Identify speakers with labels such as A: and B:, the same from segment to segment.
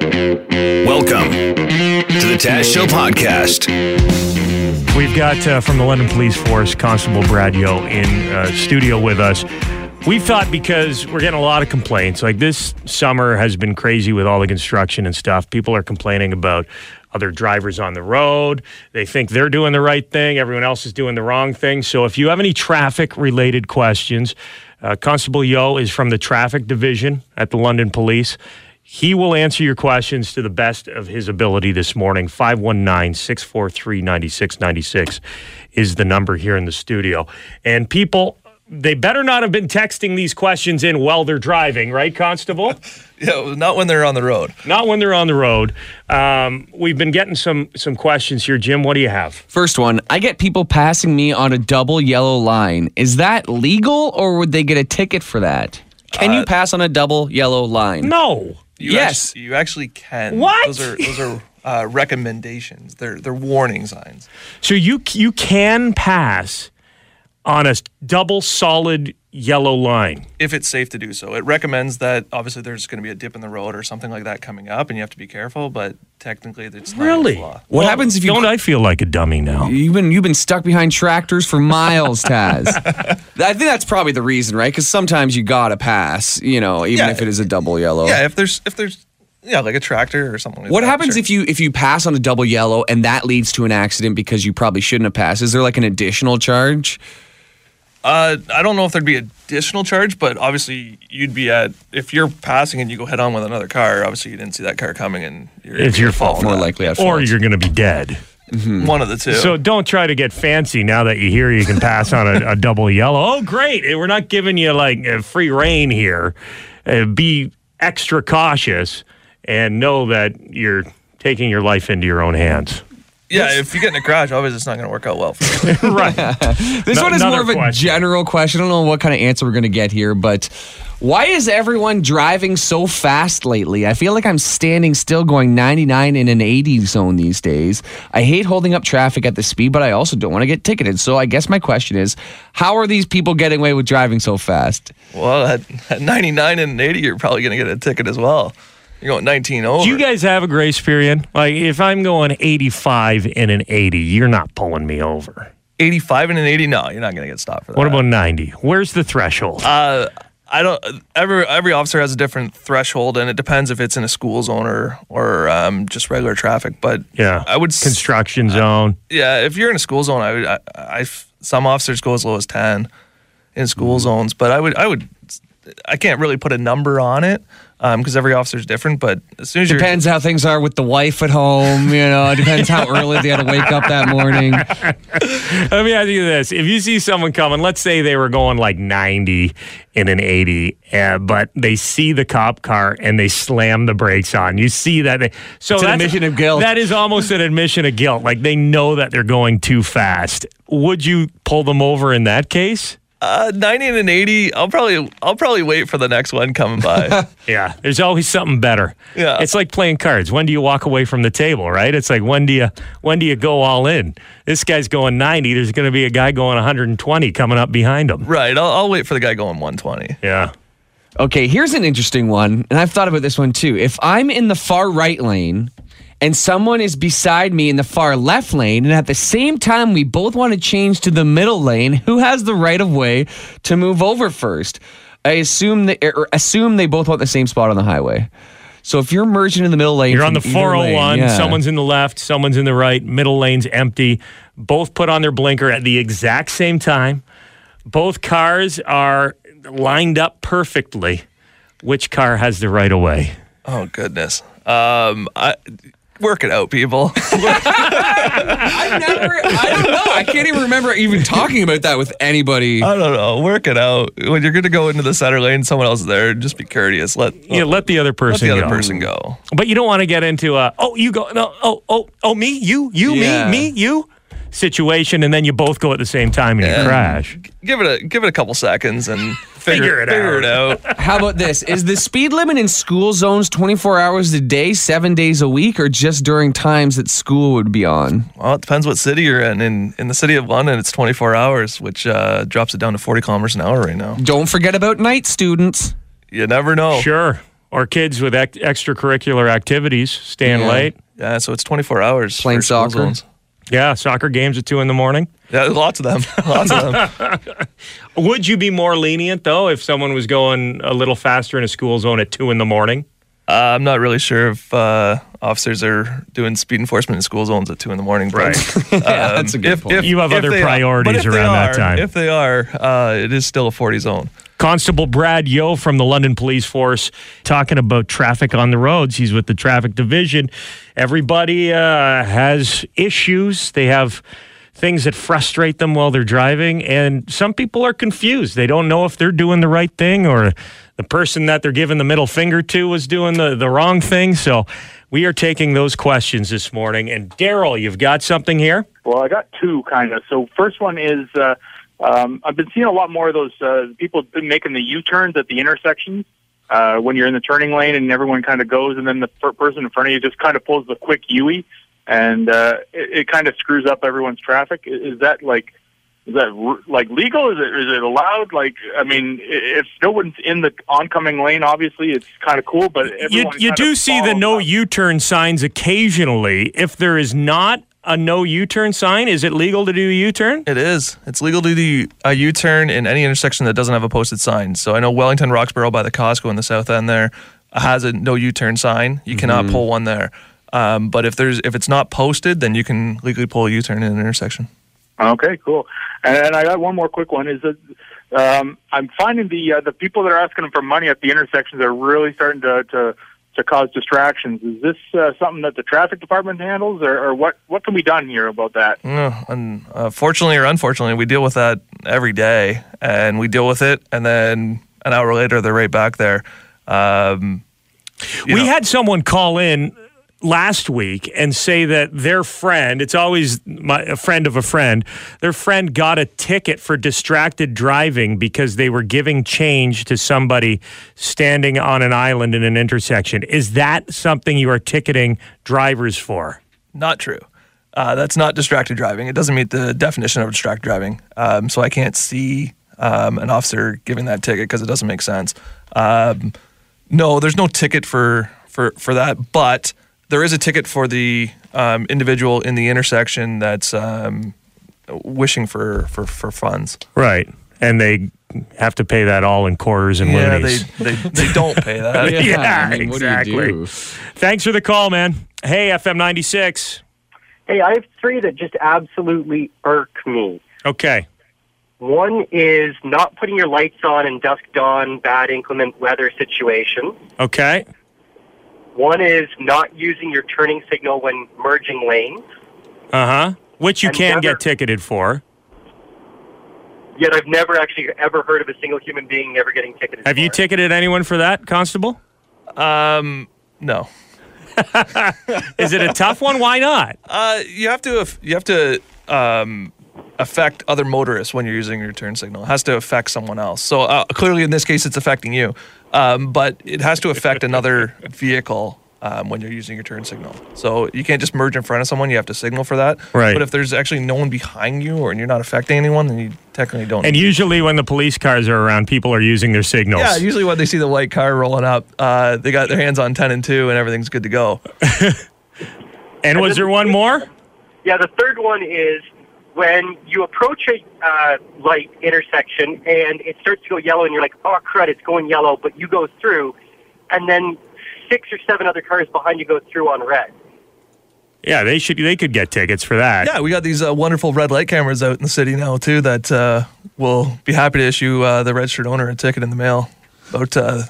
A: Welcome to the Tash Show podcast.
B: We've got uh, from the London Police Force Constable Brad Yo in uh, studio with us. We thought because we're getting a lot of complaints. Like this summer has been crazy with all the construction and stuff. People are complaining about other drivers on the road. They think they're doing the right thing. Everyone else is doing the wrong thing. So if you have any traffic related questions, uh, Constable Yo is from the traffic division at the London Police. He will answer your questions to the best of his ability this morning. 519 643 9696 is the number here in the studio. And people, they better not have been texting these questions in while they're driving, right, Constable?
C: Yeah, not when they're on the road.
B: not when they're on the road. Um, we've been getting some some questions here. Jim, what do you have?
D: First one, I get people passing me on a double yellow line. Is that legal or would they get a ticket for that? Can
C: Uh,
D: you pass on a double yellow line?
B: No.
C: You
D: Yes.
C: actu- you actually can.
B: What?
C: Those are those are uh, recommendations. They're they're warning signs.
B: So you you can pass on a s- double solid yellow line.
C: If it's safe to do so, it recommends that obviously there's going to be a dip in the road or something like that coming up, and you have to be careful. But technically, it's not against the law.
D: What happens if you
B: Don't I feel like a dummy now?
D: You've been you've been stuck behind tractors for miles, Taz. I think that's probably the reason, right? Because sometimes you gotta pass, you know, even
C: Yeah.
D: if it is a double yellow.
C: Yeah, if there's if there's yeah like a tractor or something. like
D: What
C: that,
D: happens
C: sure.
D: if you if you pass on a double yellow and that leads to an accident because you probably shouldn't have passed? Is there like an additional charge?
C: Uh, I don't know if there'd be additional charge, but obviously you'd be at if you're passing and you go head on with another car. Obviously, you didn't see that car coming, and you're,
B: It's your fault.
D: More likely, at
B: Or
D: fault.
B: you're going to be dead.
C: One of the two.
B: So don't try to get fancy now that you hear you can pass on a, a double yellow. Oh, great. Eh, We're not giving you like uh, free reign here. Uh, be extra cautious and know that you're taking your life into your own hands.
C: yeah, if you get in a crash, obviously it's not going to work out well. For you.
B: right.
D: This
B: No-
D: one is
B: another
D: more of a
B: question.
D: general question. I don't know what kind of answer we're going to get here, but why is everyone driving so fast lately? I feel like I'm standing still going 99 in an 80 zone these days. I hate holding up traffic at the speed, but I also don't want to get ticketed. So I guess my question is how are these people getting away with driving so fast?
C: well, at, at 99 and 80, you're probably going to get a ticket as well. You're going 19 over.
B: Do you guys have a grace period? Like, if I'm going 85 and an 80, you're not pulling me over.
C: 85 and an 80? No, you're not going to get stopped for that. Uh,
B: What about 90? Where's the threshold?
C: I don't. Every every officer has a different threshold, and it depends if it's in a school zone or or um, just regular traffic. But
B: yeah.
C: I would. s-
B: Construction zone.
C: Yeah, if you're in a school zone, I would. I, I f- some officers go as low as ten in
B: Mm-hmm.
C: school zones, but I would. I would. I can't really put a number on it because every officer's different. But as soon as you're
D: Depends how things are with the wife at home, you know, it depends how early they had to wake up that morning.
B: Let me ask you this. If you see someone coming, let's say they were going like 90 in an 80, uh, but they see the cop car and they slam the brakes on. You see that. They, so
D: It's an
B: that's-
D: admission of guilt.
B: That is almost an admission of guilt. Like they know that they're going too fast. Would you pull them over in that case?
C: uh, ninety and an eighty, I'll probably I'll probably wait for the next one coming by.
B: Yeah, there's always something better.
C: Yeah.
B: it's like playing cards. When do you walk away from the table, right? It's like when do you when do you go all in? This guy's going 90. There's going to be a guy going 120 coming up behind him.
C: right, I'll, I'll wait for the guy going one twenty.
B: Yeah,
D: Okay, here's an interesting one, and I've thought about this one too. If I'm in the far right lane and someone is beside me in the far left lane, and at the same time we both want to change to the middle lane, who has the right of way to move over first? I assume that or assume they both want the same spot on the highway. So if you're merging in the middle lane,
B: you're on the
D: from either lane,
B: 401.
D: yeah.
B: Someone's in the left. Someone's in the right. Middle lane's empty. Both put on their blinker at the exact same time. Both cars are lined up perfectly. Which car has the right of way?
C: Oh goodness, um, I work it out, people.
D: I've never, I don't know. I can't even remember even talking about that with anybody.
C: I don't know, work it out. When you're going to go into the center lane, someone else is there. Just be courteous. Let
B: Yeah, let the other
C: let
B: person
C: the other
B: go.
C: person go.
B: But you don't want to get into a oh you go no oh oh oh me you you
D: Yeah.
B: me me you situation and then you both go at the same time and you crash.
C: give it a give it a couple seconds and
B: Figure
C: figure,
B: it
C: figure it out.
D: How about this? Is the speed limit in school zones 24 hours a day, seven days a week, or just during times that school would be on?
C: well, it depends what city you're in. In in the city of London, it's 24 hours, which uh, drops it down to 40 kilometers an hour right now.
D: Don't forget about night students.
C: You never know.
B: Sure. or kids with ec- extracurricular activities staying
D: Yeah.
B: late.
C: Yeah, so it's 24 hours.
D: Playing
C: for school
D: soccer.
C: zones.
B: Yeah, soccer games at two in the morning.
C: Yeah, lots of them. lots of them.
B: Would you be more lenient though if someone was going a little faster in a school zone at two in the morning?
C: Uh, I'm not really sure if uh, officers are doing speed enforcement in school zones at two in the morning. but, um,
D: that's a good
C: if-
D: point.
C: if-
B: You have
C: if
B: other
C: they are- but
B: priorities
C: if they
B: around that
C: are-
B: time.
C: If they are, uh, it is still a 40 zone.
B: Constable Brad Yo from the London Police Force talking about traffic on the roads. He's with the traffic division. Everybody uh, has issues. They have things that frustrate them while they're driving, and some people are confused. They don't know if they're doing the right thing or the person that they're giving the middle finger to was doing the, the wrong thing. So we are taking those questions this morning. And Daryl, you've got something here?
E: Well, I got two kind of. So first one is uh, um, I've been seeing a lot more of those uh, people making the U turns at the intersections uh, when you're in the turning lane and everyone kind of goes, and then the per- person in front of you just kind of pulls the quick Yui, and uh, it, it kind of screws up everyone's traffic. I- Is that like? Is that r- like legal? Is it is it allowed? Like, I mean, i- if no one's in the oncoming lane, obviously it's kind of cool. But
B: you,
E: everyone
B: you
E: kind
B: do
E: of
B: see the
E: follows
B: no
E: that.
B: U-turn signs occasionally. If there is not a no U-turn sign, is it legal to do a U-turn?
C: It is. It's legal to do a U turn in any intersection that doesn't have a posted sign. So I know Wellington, Roxborough by the Costco in the south end there has a no U turn sign. You cannot pull one there. Um, but if there's if it's not posted, then you can legally pull a U turn in an intersection.
E: Okay, cool. And I got one more quick one. Is that um, I'm finding the uh, the people that are asking them for money at the intersections are really starting to to, to cause distractions. Is this uh, something that the traffic department handles, or, or what what can be done here about that?
C: No, and uh, fortunately or unfortunately, we deal with that every day, and we deal with it, and then an hour later, they're right back there. Um, you
B: we
C: know.
B: had someone call in last week and say that their friend it's always my, a friend of a friend their friend got a ticket for distracted driving because they were giving change to somebody standing on an island in an intersection is that something you are ticketing drivers for
C: Not true. Uh, that's not distracted driving. It doesn't meet the definition of distracted driving. Um, so I can't see um, an officer giving that ticket because it doesn't make sense. Um, no, there's no ticket for for for that, but there is a ticket for the um, individual in the intersection that's um, wishing for for for funds.
B: right and they have to pay that all in quarters and
C: Yeah,
B: loonies
C: they, they they don't pay that.
B: Yeah,
D: I mean, what do you
B: exactly.
D: do?
B: Thanks for the call, man. Hey, FM 96.
F: Hey, I have three that just absolutely irk me.
B: Okay.
F: One is not putting your lights on in dusk dawn, bad inclement weather situation.
B: Okay.
F: One is not using your turning signal when merging lanes.
B: Uh huh. Which you
F: And
B: can
F: the
B: get
F: other-
B: ticketed for.
F: Yet I've never actually ever heard of a single human being ever getting ticketed.
B: Have you
F: for it.
B: ticketed anyone for that, Constable?
C: No.
B: Is it a tough one? Why not?
C: Uh, you have to you have to um, affect other motorists when you're using your turn signal. It has to affect someone else. So uh, clearly, in this case, it's affecting you, um, but it has to affect another vehicle um, when you're using your turn signal. So you can't just merge in front of someone. You have to signal for that.
B: Right.
C: But if there's actually no one behind you or you're not affecting anyone, then you technically don't.
B: And
C: need-
B: usually, when the police cars are around, people are using their signals.
C: yeah, usually when they see the white car rolling up, uh, they got their hands on ten and two, and everything's good to go.
B: and was there one more?
F: Yeah, the third one is when you approach a uh, light intersection and it starts to go yellow, and you're like, "Oh crud, it's going yellow," but you go through, and then six or seven other cars behind you go through on red.
B: Yeah, they should. They could get tickets for that.
C: Yeah, we got these uh, wonderful red light cameras out in the city now too that uh, will be happy to issue uh, the registered owner a ticket in the mail about uh,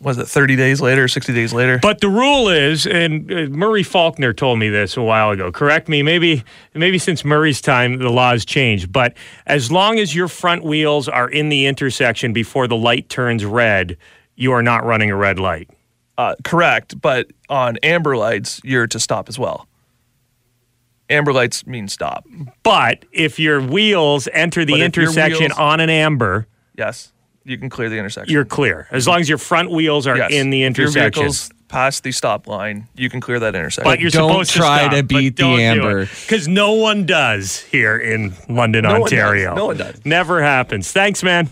C: was it 30 days later, 60 days later.
B: But the rule is, and uh, Murray Faulkner told me this a while ago. Correct me, maybe maybe since Murray's time the laws changed. But as long as your front wheels are in the intersection before the light turns red, you are not running a red light.
C: uh, correct, but on amber lights you're to stop as well. Amber lights mean stop.
B: But if your wheels enter the
C: But if your
B: intersection
C: wheels-
B: on an amber,
C: Yes, you can clear the intersection.
B: you're clear. As long as your front wheels are
C: yes.
B: in the
C: If your
B: intersection.
C: vehicles past the stop line, you can clear that intersection.
B: But you're
D: Don't
B: supposed
D: try
B: to,
D: to beat the amber.
B: because no one does here in London,
C: one does.
B: Ontario.
C: No one does.
B: Never happens. Thanks, man.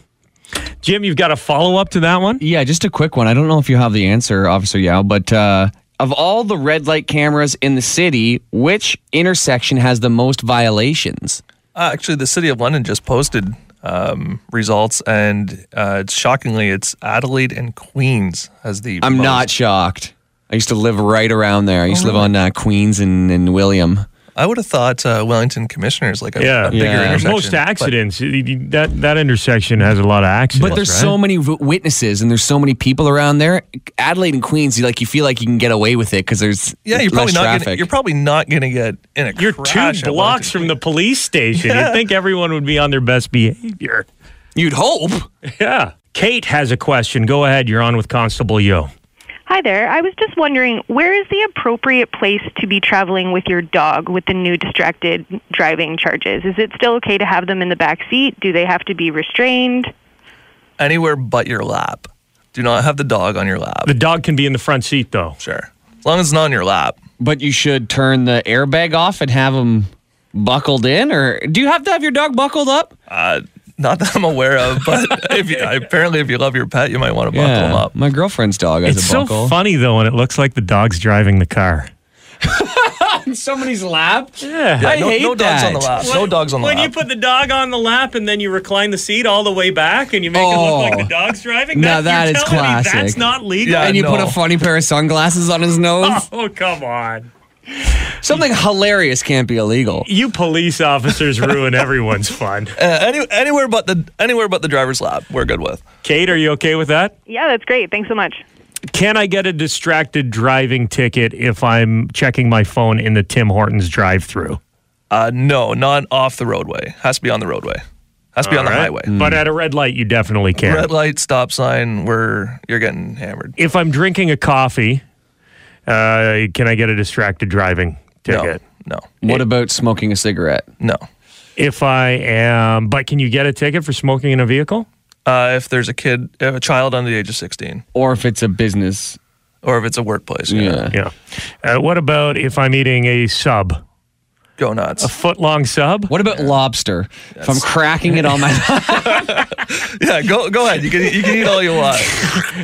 B: Jim, you've got a follow up to that one?
D: Yeah, just a quick one. I don't know if you have the answer, Officer Yao, but uh, of all the red light cameras in the city, which intersection has the most violations?
C: Uh, actually, the city of London just posted um, results, and uh, it's shockingly, it's Adelaide and Queens as the.
D: I'm
C: most.
D: not shocked. I used to live right around there. I used to live on uh, Queens and, and William.
C: I would have thought uh, Wellington Commissioners like a,
B: Yeah.
C: a bigger
D: Yeah.
C: intersection.
B: Most
C: but-
B: accidents. y- y- That that intersection has a lot of accidents.
D: But there's
B: right?
D: so many w- witnesses and there's so many people around there. Adelaide and Queens, you like you feel like you can get away with it because there's
C: Yeah, you're probably
D: less
C: not.
D: traffic.
C: Gonna, you're probably not going to get in a.
B: You're
C: crash
B: two
C: at
B: blocks
C: Wellington.
B: from the police station.
C: Yeah.
B: You'd think everyone would be on their best behavior.
D: You'd hope.
B: Yeah. Kate has a question. Go ahead. You're on with Constable Yo.
G: Hi there. I was just wondering where is the appropriate place to be traveling with your dog with the new distracted driving charges? Is it still okay to have them in the back seat? Do they have to be restrained?
C: anywhere but your lap. Do not have the dog on your lap.
B: The dog can be in the front seat, though.
C: Sure, as long as it's not on your lap.
D: But you should turn the airbag off and have them buckled in, or do you have to have your dog buckled up?
C: Not that I'm aware of, but if you, apparently, if you love your pet, you might want to buckle them up.
D: my girlfriend's dog has
B: It's
D: a
B: so
D: buckle.
B: funny, though, when it looks like the dog's driving the car.
D: in somebody's lap.
B: Yeah.
D: I
C: no,
D: hate
C: no
D: that.
C: dogs on the lap. no dogs on the
B: when
C: lap.
B: you put the dog on the lap and then you recline the seat all the way back and you make it
D: Oh.
B: look like the dog's driving.
D: Now that
B: you're
D: is
B: telling me That's
D: classic.
B: not legal.
C: Yeah.
D: And you put
C: no. Ah.
D: a funny pair of sunglasses on his nose.
B: Oh come on!
D: Something hilarious can't be illegal.
B: You police officers ruin everyone's fun.
C: Uh, any, anywhere but the anywhere but the driver's lap, we're good with.
B: Kate, are you okay with that?
G: Yeah, that's great. Thanks so much.
B: Can I get a distracted driving ticket if I'm checking my phone in the Tim Hortons drive-through?
C: Uh, no, not off the roadway. Has to be on the roadway. Has to be on the highway. Hmm.
B: But at a red light, you definitely can.
C: Red light, stop sign. Where you're getting hammered.
B: if I'm drinking a coffee, uh, can I get a distracted driving ticket?
C: No,
D: What about smoking a cigarette?
C: no, no.
B: If I am, but can you get a ticket for smoking in a vehicle?
C: Uh, if there's a kid, if a child under the age of 16,
D: Or if it's a business.
C: or if it's a workplace, you know,
D: Yeah.
B: Yeah. Uh, what about if I'm eating a sub,
C: go nuts.
B: a foot long sub?
D: What about lobster? If I'm cracking it on my
C: Yeah, go go ahead. You can you can eat all you want.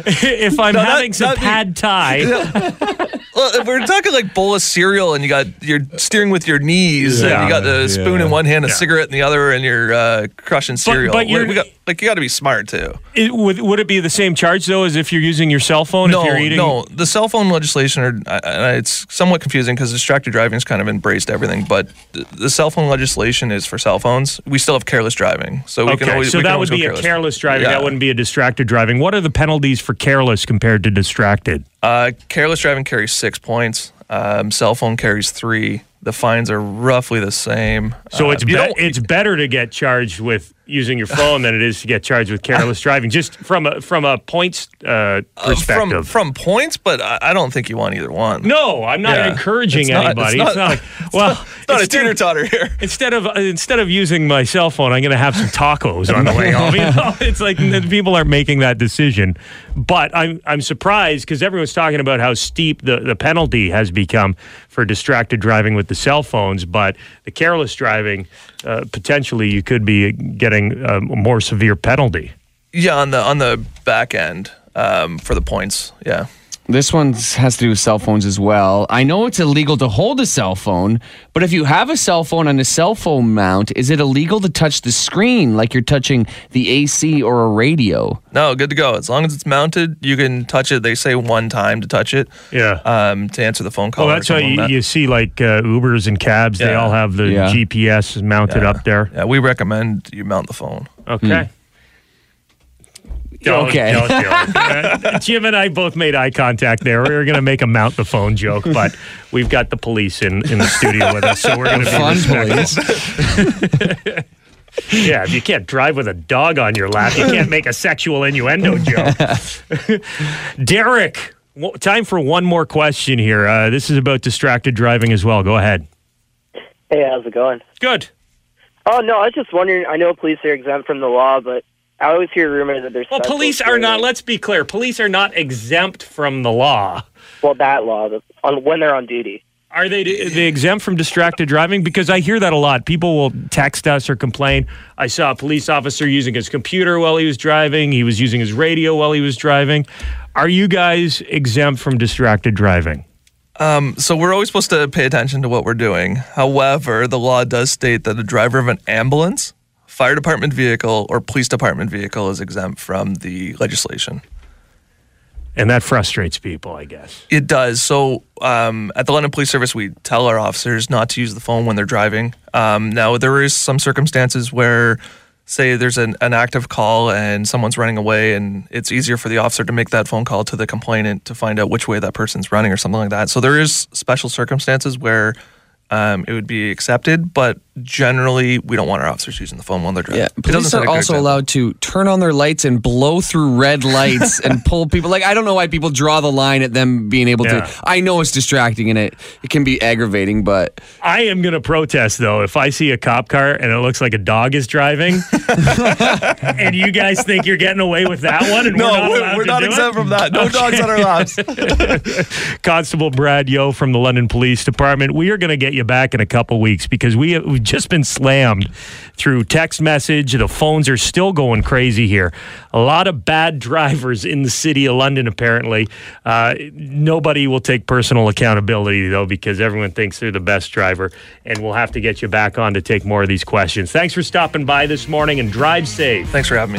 B: if I'm
C: No, not-
B: having some
C: not me.
B: pad thai,
C: Well, if we're talking like bowl of cereal, and you got you're steering with your knees, and
B: Yeah.
C: you got the spoon in one hand, a
B: Yeah. cigarette
C: cigarette in the other, and you're uh, crushing cereal.
B: but
C: We-
B: you're-
C: we got- like you got to be smart too.
B: it, would, would it be the same charge though as if you're using your cell phone?
C: no,
B: if you're eating,
C: no. The cell phone legislation, are, I- I- it's somewhat confusing because distracted driving has kind of embraced everything. But th- the cell phone legislation is for cell phones. We still have careless driving, so we
B: Okay,
C: can always.
B: so
C: we can
B: that
C: always
B: would
C: go
B: be a careless driving.
C: Yeah.
B: That wouldn't be a distracted driving. What are the penalties for careless compared to distracted?
C: Uh, careless driving carries six points. Um, cell phone carries three. The fines are roughly the same.
B: So
C: Uh,
B: it's
C: you
B: be-
C: don't-
B: it's better to get charged with using your phone than it is to get charged with careless driving. Just from a from a points uh, perspective.
C: from from points, but I, I don't think you want either one.
B: no, I'm not
C: Yeah.
B: encouraging
C: It's not-
B: anybody.
C: it's
B: It's not,
C: not-
B: like well,
C: it's not a
B: instead-
C: teeter totter here.
B: Instead of uh, instead of using my cell phone, I'm going to have some tacos on the way home. You know, it's like n- people aren't making that decision. But I'm I'm surprised because everyone's talking about how steep the, the penalty has become for distracted driving with the cell phones, but the careless driving uh, potentially you could be getting um, a more severe penalty.
C: Yeah, on the on the back end um, for the points. Yeah,
D: This one has to do with cell phones as well. I know it's illegal to hold a cell phone, but if you have a cell phone on a cell phone mount, is it illegal to touch the screen like you're touching the AC or a radio?
C: no, good to go. As long as it's mounted, you can touch it. They say one time to touch it.
B: Yeah.
C: Um, to answer the phone call.
B: Oh,
C: or
B: that's how
C: something
B: you,
C: like that.
B: you see like uh, Ubers and cabs. They
C: Yeah.
B: all have the
D: Yeah.
B: GPS mounted up there.
C: Yeah, we recommend you mount the phone.
B: Okay. Hmm.
D: Okay.
B: Don't do it. Uh, Jim and I both made eye contact there. We were going to make a mount the phone joke, but we've got the police in, in the studio with us, so we're going to be
D: Fun,
B: respectful.
D: please.
B: Yeah, if you can't drive with a dog on your lap, you can't make a sexual innuendo joke. Derek, w- time for one more question here. Uh, this is about distracted driving as well. Go ahead.
H: Hey, how's it going?
B: Good.
H: Oh no, I was just wondering. I know police are exempt from the law, but I always hear rumors that there's.
B: Well,
H: special
B: police are not.
H: training-
B: Let's be clear. Police are not exempt from the law.
H: well, that law that- on when they're on duty.
B: Are they they exempt from distracted driving? Because I hear that a lot. People will text us or complain. I saw a police officer using his computer while he was driving. He was using his radio while he was driving. Are you guys exempt from distracted driving?
C: Um, So we're always supposed to pay attention to what we're doing. However, the law does state that a driver of an ambulance, fire department vehicle, or police department vehicle is exempt from the legislation.
B: And that frustrates people, I guess.
C: It does. So um, at the London Police Service, we tell our officers not to use the phone when they're driving. Um, now, there is some circumstances where, say, there's an, an active call and someone's running away, and it's easier for the officer to make that phone call to the complainant to find out which way that person's running or something like that. So there is special circumstances where um, it would be accepted, but generally, we don't want our officers using the phone when they're driving.
D: Yeah,
C: It doesn't
D: police
C: set a
D: are
C: good
D: also
C: example.
D: allowed to turn on their lights and blow through red lights and pull people. Like I don't know why people draw the line at them being able
B: Yeah.
D: to. I know it's distracting and it it can be aggravating, but
B: I am going to protest though if I see a cop car and it looks like a dog is driving, and you guys think you're getting away with that one, and we're
C: No,
B: not,
C: we're
B: allowed
C: we're
B: to
C: not
B: do
C: exempt
B: it?
C: from that. No dogs on our laps.
B: Constable Brad Yo from the London Police Department. We are going to get you back in a couple weeks because we have, we've just been slammed through text message. The phones are still going crazy here. A lot of bad drivers in the city of London, apparently. Uh, nobody will take personal accountability, though, because everyone thinks they're the best driver. And we'll have to get you back on to take more of these questions. Thanks for stopping by this morning and drive safe.
C: Thanks for having me.